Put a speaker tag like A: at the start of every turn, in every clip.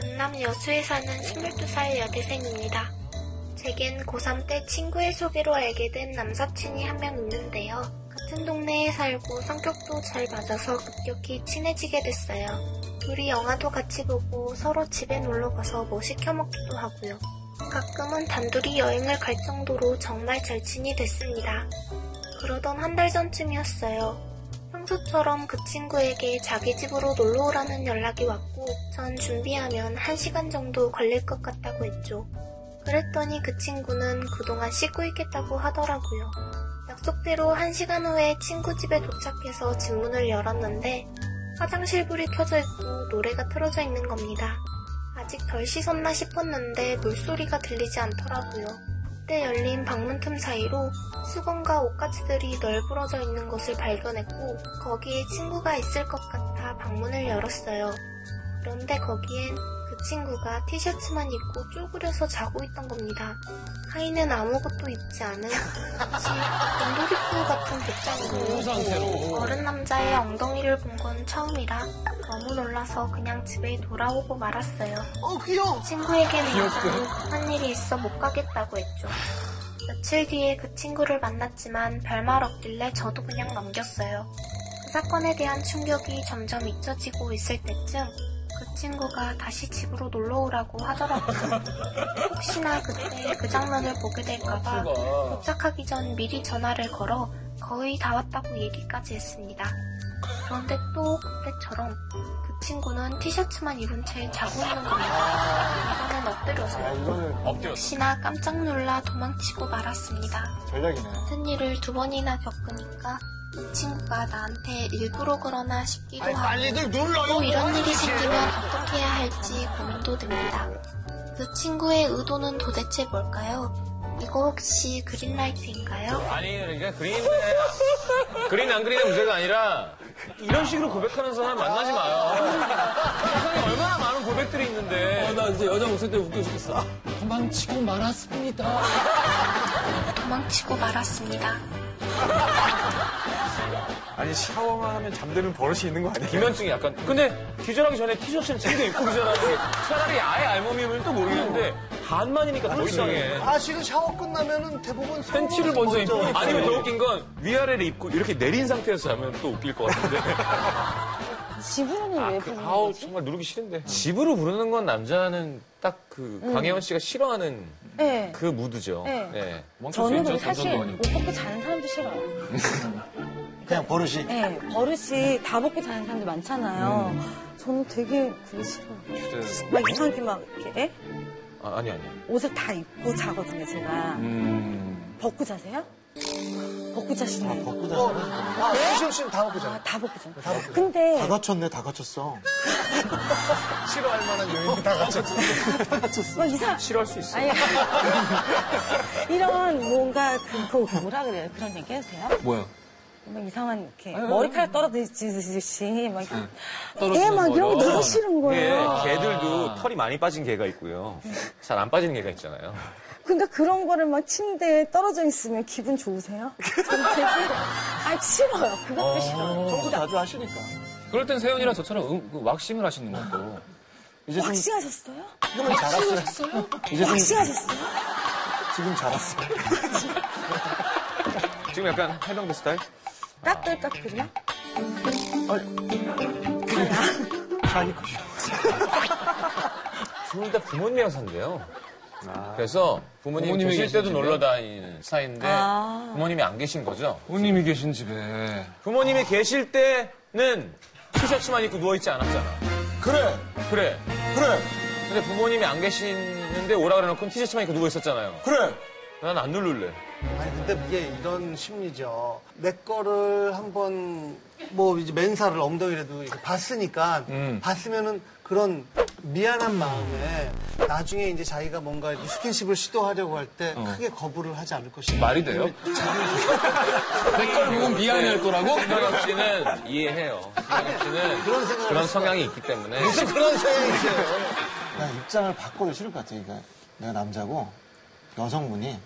A: 경남 여수에 사는 22살 여대생입니다. 제겐 고3 때 친구의 소개로 알게 된 남사친이 한 명 있는데요. 같은 동네에 살고 성격도 잘 맞아서 급격히 친해지게 됐어요. 둘이 영화도 같이 보고 서로 집에 놀러 가서 뭐 시켜 먹기도 하고요. 가끔은 단둘이 여행을 갈 정도로 정말 절친이 됐습니다. 그러던 한 달 전쯤이었어요. 평소처럼 그 친구에게 자기 집으로 놀러 오라는 연락이 왔고, 전 준비하면 한시간 정도 걸릴 것 같다고 했죠. 그랬더니 그 친구는 그동안 씻고 있겠다고 하더라고요. 약속대로 한시간 후에 친구 집에 도착해서 집 문을 열었는데, 화장실 불이 켜져 있고 노래가 틀어져 있는 겁니다. 아직 덜 씻었나 싶었는데 물소리가 들리지 않더라고요. 그때 열린 방문 틈 사이로 수건과 옷가지들이 널브러져 있는 것을 발견했고 거기에 친구가 있을 것 같아 방문을 열었어요. 그런데 거기엔 그 친구가 티셔츠만 입고 쪼그려서 자고 있던 겁니다. 하의는 아무것도 입지 않은 마치 곰돌이뿔 같은
B: 그
A: 복장으로
B: 상태로
A: 어른 남자의 엉덩이를 본 건 처음이라 너무 놀라서 그냥 집에 돌아오고 말았어요.
C: 어 귀여워
A: 친구에게는
B: 귀엽다.
A: 여전히 급한 일이 있어 못 가겠다고 했죠. 며칠 뒤에 그 친구를 만났지만 별말 없길래 저도 그냥 넘겼어요. 그 사건에 대한 충격이 점점 잊혀지고 있을 때쯤 그 친구가 다시 집으로 놀러 오라고 하더라고요. 혹시나 그때 그 장면을 보게 될까봐
B: 친구가
A: 도착하기 전 미리 전화를 걸어 거의 다 왔다고 얘기까지 했습니다. 그런데 또 그때처럼 그 친구는 티셔츠만 입은 채 자고 있는 겁니다. 이번엔 엎드려서요.
C: 이거는
B: 엎드렸어
A: 혹시나 깜짝 놀라 도망치고 말았습니다.
C: 전략이네
A: 같은 일을 두 번이나 겪으니까 이 친구가 나한테 일부러 그러나 싶기도
C: 아니
A: 하고
C: 빨리들 눌러요
A: 또 이런 일이 생기면 어떻게 해야 할지 고민도 듭니다. 그 친구의 의도는 도대체 뭘까요? 이거 혹시 그린라이트인가요?
B: 아니 그러니까 그린 그린 안 그린의 문제가 아니라 이런 식으로 고백하는 사람 만나지 마요 세상에 얼마나 많은 어, 고백들이 있는데
D: 나 이제 여자 목소리 때문에 웃겨 죽겠어. 도망치고 말았습니다.
A: 도망치고 말았습니다.
C: 아니 샤워만 하면 잠드는 버릇이 있는 거 아니야?
B: 기면증이 약간 근데 기절하기 전에 티셔츠는 챙겨 입고 기절하는 게 차라리 아예 알몸이면 또 모르겠는데 반만이니까 더 이상해
C: 아 지금 샤워 끝나면은 대부분
D: 팬티를 먼저 입고 있어요.
B: 아니면 더 웃긴 건 위아래를 입고 이렇게 내린 상태에서 자면 또 웃길 것 같은데
E: 지브로는 왜
B: 그,
E: 부르는
B: 아우
E: 거지?
B: 정말 누르기 싫은데 집으로 부르는 건 남자는 딱 그 강혜원 씨가 싫어하는
E: 네.
B: 그 무드죠.
E: 네.
B: 네.
E: 저는 근데 사실 옷 벗고 자는 사람도 싫어요.
C: 그냥 버릇이
E: 네, 버릇이 다 벗고 자는 사람들 많잖아요. 저는 되게 그게 싫어요. 막 이상하게 막 이렇게 에?
B: 아, 아니 아니.
E: 옷을 다 입고 자거든요, 제가. 벗고 자세요? 벗고 자시네. 요
C: 어, 아 수시영 씨는 다 먹고
E: 아,
C: 잖아
E: 다 벗고 자요.
C: 다 벗고
E: 근데
F: 다갖췄네 다갖췄어
C: 싫어할 만한 요인이 다 갖췄어
E: 막뭐 이상
B: 싫어할 수 있어.
E: 아니 이런 뭔가 그, 그 뭐라 그래요? 그런 얘기 해도 돼요?
D: 뭐야?
E: 막 이상한 이렇게
B: 아,
E: 머리카락 떨어지듯이 막 예,
D: 떨어지는
E: 애막 이런 거
D: 거죠.
E: 너무 싫은 거예요. 아.
B: 네, 개들도 털이 많이 빠진 개가 있고요. 잘 안 빠진 개가 있잖아요.
E: 근데 그런 거를 막 침대에 떨어져 있으면 기분 좋으세요? 저는 되게 아 싫어요. 그것도 싫어요.
F: 청소 자주 하시니까
D: 그럴 땐 세연이랑 저처럼 음, 그 왁싱을 하시는 것도.
F: 이제 좀
E: 왁싱하셨어요?
F: 지금은 자랐어요 이제 좀
E: 왁싱하셨어요?
F: 지금 자랐어요
B: 지금 약간 해병대 스타일?
E: 까끌까끌이야?
B: 둘 다 부모님이랑 산대요. 그래서 아. 부모님
D: 부모님이
B: 계실 때도
D: 계신
B: 놀러 다니는 사이인데
E: 아.
B: 부모님이 안 계신 거죠.
D: 부모님이 계신 집에.
B: 부모님이 계실 때는 티셔츠만 입고 누워있지 않았잖아.
F: 그래
B: 그래.
F: 그래
B: 근데 부모님이 안 계시는데 오라 그래놓고 티셔츠만 입고 누워있었잖아요.
F: 그래
B: 난 안 누를래.
C: 아니 근데 이게 이런 심리죠 내 거를 한번 뭐 이제 맨살을 엉덩이라도 이렇게 봤으니까
D: 음.
C: 봤으면은 그런 미안한 마음에 나중에 이제 자기가 뭔가 이렇게 스킨십을 시도하려고 할 때 크게 거부를 하지 않을 것이다
D: 어. 말이 돼요? 내 걸 보고 미안해 할 거라고?
B: 김현경 씨는 이해해요. 김현경 씨는
C: 그런 생각을
B: 그런
C: 했을
B: 성향이 있기 때문에
C: 무슨 그런 생각이 있어요
F: 나 입장을 바꿔도 싫을 것 같아 그러니까 내가 남자고 여성분이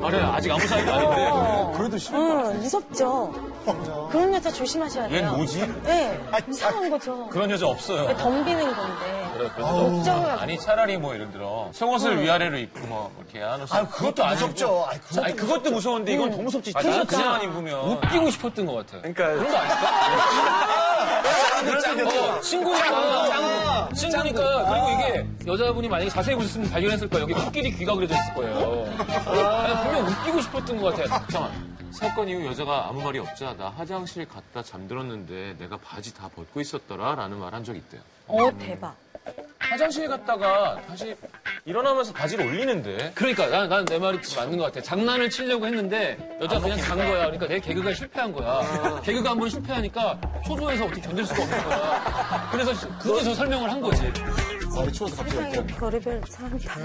B: 아, 그래, 아직 아무 사이도 아닌데.
F: 그래도 싫어.
E: 응, 무섭죠. 그런 여자 조심하셔야 돼요.
D: 얜 뭐지?
E: 네,
F: 아,
E: 이상한 거죠.
B: 그런 여자 없어요.
E: 덤비는 건데.
B: 그래, 그래서
F: 어.
B: 너무-
E: 걱정을
B: 아니, 차라리 뭐, 예를 들어, 속옷을 위아래로 입고 뭐, 이렇게 안 옷을.
F: 아, 그것도
B: 아니고.
F: 무섭죠. 아니, 그것도
B: 아니, 그것도 무서운데, 이건 더 무섭지.
D: 아, 나는
B: 그냥 안
D: 그냥
B: 입으면. 그러니까
D: 웃기고 싶었던 것 같아.
B: 그런 거
C: 그렇죠.
B: 아닐까?
D: 어, 친구니까. 친구니까. 그리고 이게 여자분이 만약에 자세히 보셨으면 발견했을 거예요. 여기 코끼리 귀가 그려져 있을 거예요. 아니, 분명 웃기고 싶었던 것 같아. 잠깐만.
B: 사건 이후 여자가 아무 말이 없자 나 화장실 갔다 잠들었는데 내가 바지 다 벗고 있었더라 라는 말 한 적 있대요.
E: 어, 대박.
B: 화장실 갔다가 다시 일어나면서 바지를 올리는데
D: 그러니까 난 내 말이 맞는 것 같아. 장난을 치려고 했는데 여자 가 그냥 간 거야. 그러니까 내 개그가 실패한
B: 아.
D: 거야. 개그가 한 번 실패하니까 초조해서 어떻게 견딜 수가 없는 거야. 그래서 시- 굳이 저 설명을 한 거지.
F: 머리 추워서 갑자기 아, 이렇게.
E: 세상에 별의별 사람이 다.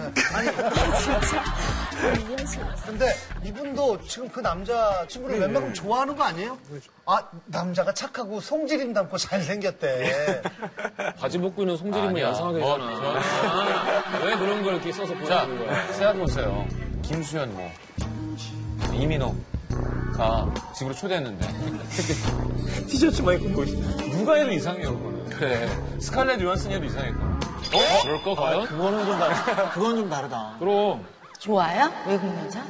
G: 아,
C: 근데 이분도 지금 그 남자 친구를 웬만큼 좋아하는 거 아니에요? 아 남자가 착하고 성질임 담고 잘생겼대.
D: 바지 벗고 있는 송재림을
B: 아니야.
D: 연상하게
B: 뭐,
D: 되잖아. 아, 왜 그런 걸 이렇게 써서
B: 자
D: 보여주는 거야.
B: 생각해보세요. 김수현 뭐 이민호가 집으로 초대했는데
F: 티셔츠 만입고 보이시죠?
B: 누가 해도 이상해요 그거는. 그래 스칼렛 요한슨이 해도 이상했고
D: 어? 그럴 거 과연?
F: 그거는 좀 다르다. 그건 좀 다르다.
D: 그럼
G: 좋아요? 외국 여자?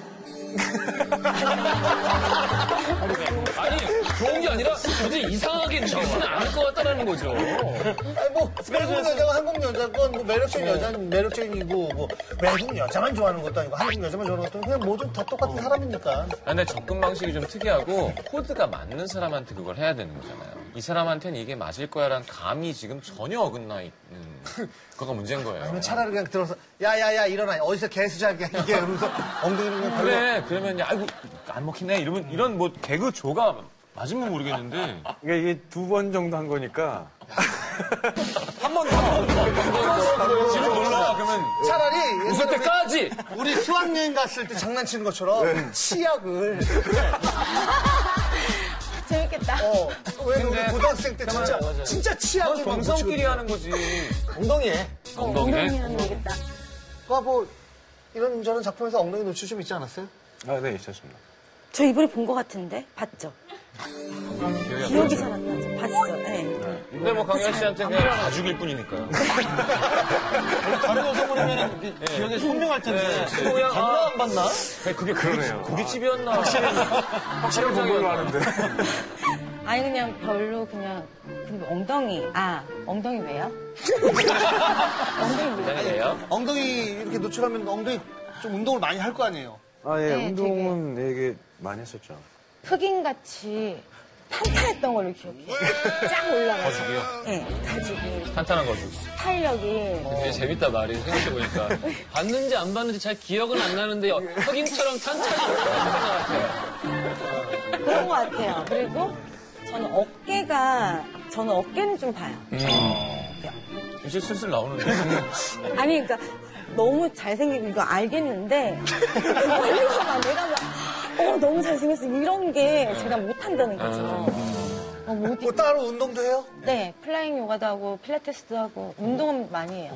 D: 아니 좋은 게 아니라 굳이 이상하게 느끼지는 않을 것 같다라는 거죠.
C: 아니 뭐 외국 여자가 한국 여자건 뭐 매력적인 여자는 매력적이고 뭐 외국 여자만 좋아하는 것도 아니고 한국 여자만 좋아하는 것도 아니고 그냥 뭐 좀 다 똑같은 사람이니까.
B: 아, 근데 접근 방식이 좀 특이하고 코드가 맞는 사람한테 그걸 해야 되는 거잖아요. 이 사람한테는 이게 맞을 거야라는 감이 지금 전혀 어긋나 있는 그거가 문제인 거예요.
C: 그러면 차라리 그냥 들어서 야야야 일어나 어디서 개수 잘게 이게 이러면서 엉덩이를 그냥 걸려.
B: 그래 그러면 이제 아이고 안 먹히네 이러면 이런 뭐 개그 조가 맞으면 모르겠는데
H: 그러니까 이게 두 번 정도 한 거니까
B: 지금 몰라 그러면
C: 차라리
B: 네.
D: 웃을
C: 옛날에
D: 때까지
C: 우리 수학여행 갔을 때 장난치는 것처럼 치약을
E: 재밌겠다.
C: 어, 왜 우리
B: 근데
C: 고등학생 때 진짜 진짜 치약을 막
B: 동성끼리
C: 묻히거든요.
B: 하는 거지.
C: 엉덩이에
B: 엉덩이네.
E: 운동이면 되겠다.
C: 그뭐 이런저런 작품에서 엉덩이 노출 좀 있지 않았어요?
H: 아네 있었습니다.
E: 저 이번에 본 거 같은데? 봤죠? 기억이 잘 안 나죠?
G: 예.
E: 봤어. 네.
B: 근데 뭐 강현 씨한테 그냥 다 죽일 뿐이니까요.
F: 다른 여성분이면 기억에 선명할 텐데.
B: 예. 그냥
F: 봤나 안 봤나?
B: 그게
H: 그러네요.
B: 고깃집이었나? 확실히
H: 본 걸로 아는데.
G: 아니 그냥 별로 그냥 근데 엉덩이 아 엉덩이 왜요?
B: 요
C: 엉덩이 이렇게 노출하면 엉덩이 좀 운동을 많이 할 거 아니에요?
H: 아 예
G: 네,
H: 운동은 되게 많이 했었죠.
G: 흑인같이 탄탄했던 걸로 기억해요. 쫙 올라가서 네, 가지고
B: 탄탄한 거지.
G: 탄력이
D: 되게 재밌다 말이 생각해보니까 봤는지 안 봤는지 잘 기억은 안 나는데 흑인처럼 탄탄히 올라가는 것 같아요.
G: 그런 것 같아요. 그리고 저는 어깨가 저는 어깨는 좀 봐요.
B: 이제 슬슬 나오는데.
G: 아니 그러니까 너무 잘생기고 이거 알겠는데 이거 막 내가 막어 너무 잘생겼어 이런 게 제가 못한다는 거죠.
F: 아.
G: 어, 못
C: 뭐 따로 운동도 해요?
G: 네, 플라잉 요가도 하고 필라테스도 하고 운동은 많이 해요.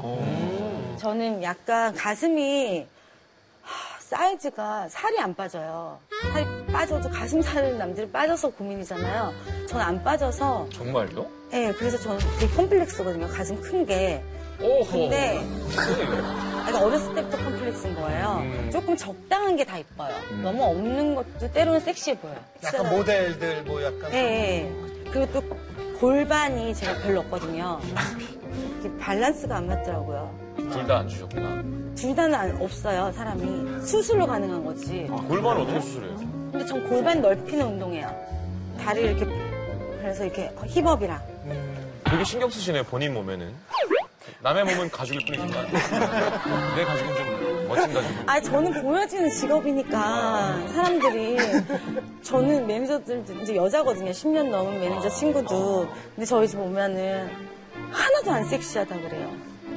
G: 저는 약간 가슴이 하, 사이즈가 살이 안 빠져요. 살이 빠져도 가슴 살은 남들이 빠져서 고민이잖아요. 저는 안 빠져서
B: 정말요?
G: 예, 그래서 저는 되게 컴플렉스거든요. 가슴 큰 게.
D: 오호.
G: 근데 그러니까 어렸을 때부터 컴플렉스인 거예요. 어, 조금 적당한 게 다 이뻐요. 너무 없는 것도 때로는 섹시해 보여요.
C: 약간 모델들 뭐 약간
G: 예, 예. 그리고 또 골반이 제가 별로 없거든요. 이렇게 밸런스가 안 맞더라고요.
B: 둘 다 안 주셨구나.
G: 둘 다는 안- 없어요, 사람이. 수술로 가능한 거지.
B: 아, 골반 어떻게 수술해요?
G: 근데 전 골반 넓히는 운동해요. 다리를 이렇게, 그래서 이렇게 힙업이랑.
B: 되게 신경 쓰시네요, 본인 몸에는. 남의 몸은 가죽일 뿐이지만. 내 가죽은 좀 멋진 가죽.
G: 아, 저는 보여지는 직업이니까, 사람들이. 저는 매니저들도, 이제 여자거든요. 10년 넘은 매니저 친구도. 근데 저희 집 오면은 하나도 안 섹시하다 그래요.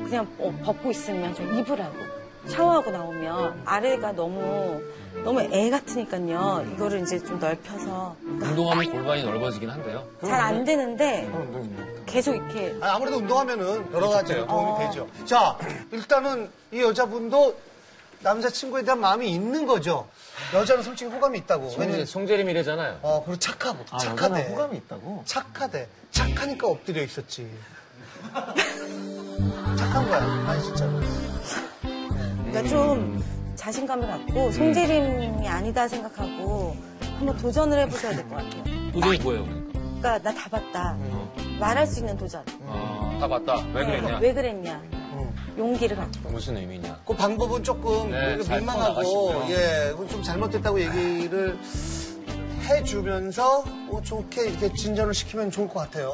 G: 그냥 어, 벗고 있으면 좀 입으라고. 샤워하고 나오면 아래가 너무, 너무 애 같으니까요. 이거를 이제 좀 넓혀서.
D: 운동하면 골반이 넓어지긴 한데요.
G: 잘 안 되는데,
F: 운동 어, 있네.
G: 계속 이렇게
C: 아니, 네,
G: 어.
C: 아무래도 운동하면은 여러 가지 도움이 되죠. 자, 일단은 이 여자분도 남자친구에 대한 마음이 있는 거죠. 여자는 솔직히 호감이 있다고.
B: 송재-
C: 왜냐면,
B: 송재림 이래잖아요.
C: 어, 그리고 착하고, 착하대.
F: 호감이 있다고?
C: 착하대. 착하니까 엎드려 있었지. 착한 거야. 아니, 진짜로.
G: 그러니까 좀 자신감을 갖고 송재림이 아니다 생각하고 한번 도전을 해보셔야 될 것 같아요.
D: 도전이 뭐예요? 그러니까?
G: 그러니까 나 다 봤다. 말할 수 있는 도전.
D: 아, 다 봤다. 왜 그랬냐? 어.
G: 왜 그랬냐. 용기를 갖고.
B: 무슨 의미냐.
C: 그 방법은 조금
D: 네,
C: 되게
D: 잘
C: 민망하고,
D: 퍼나가시고요.
C: 예, 그건 좀 잘못됐다고 얘기를 해주면서, 어, 좋게 이렇게 진전을 시키면 좋을 것 같아요.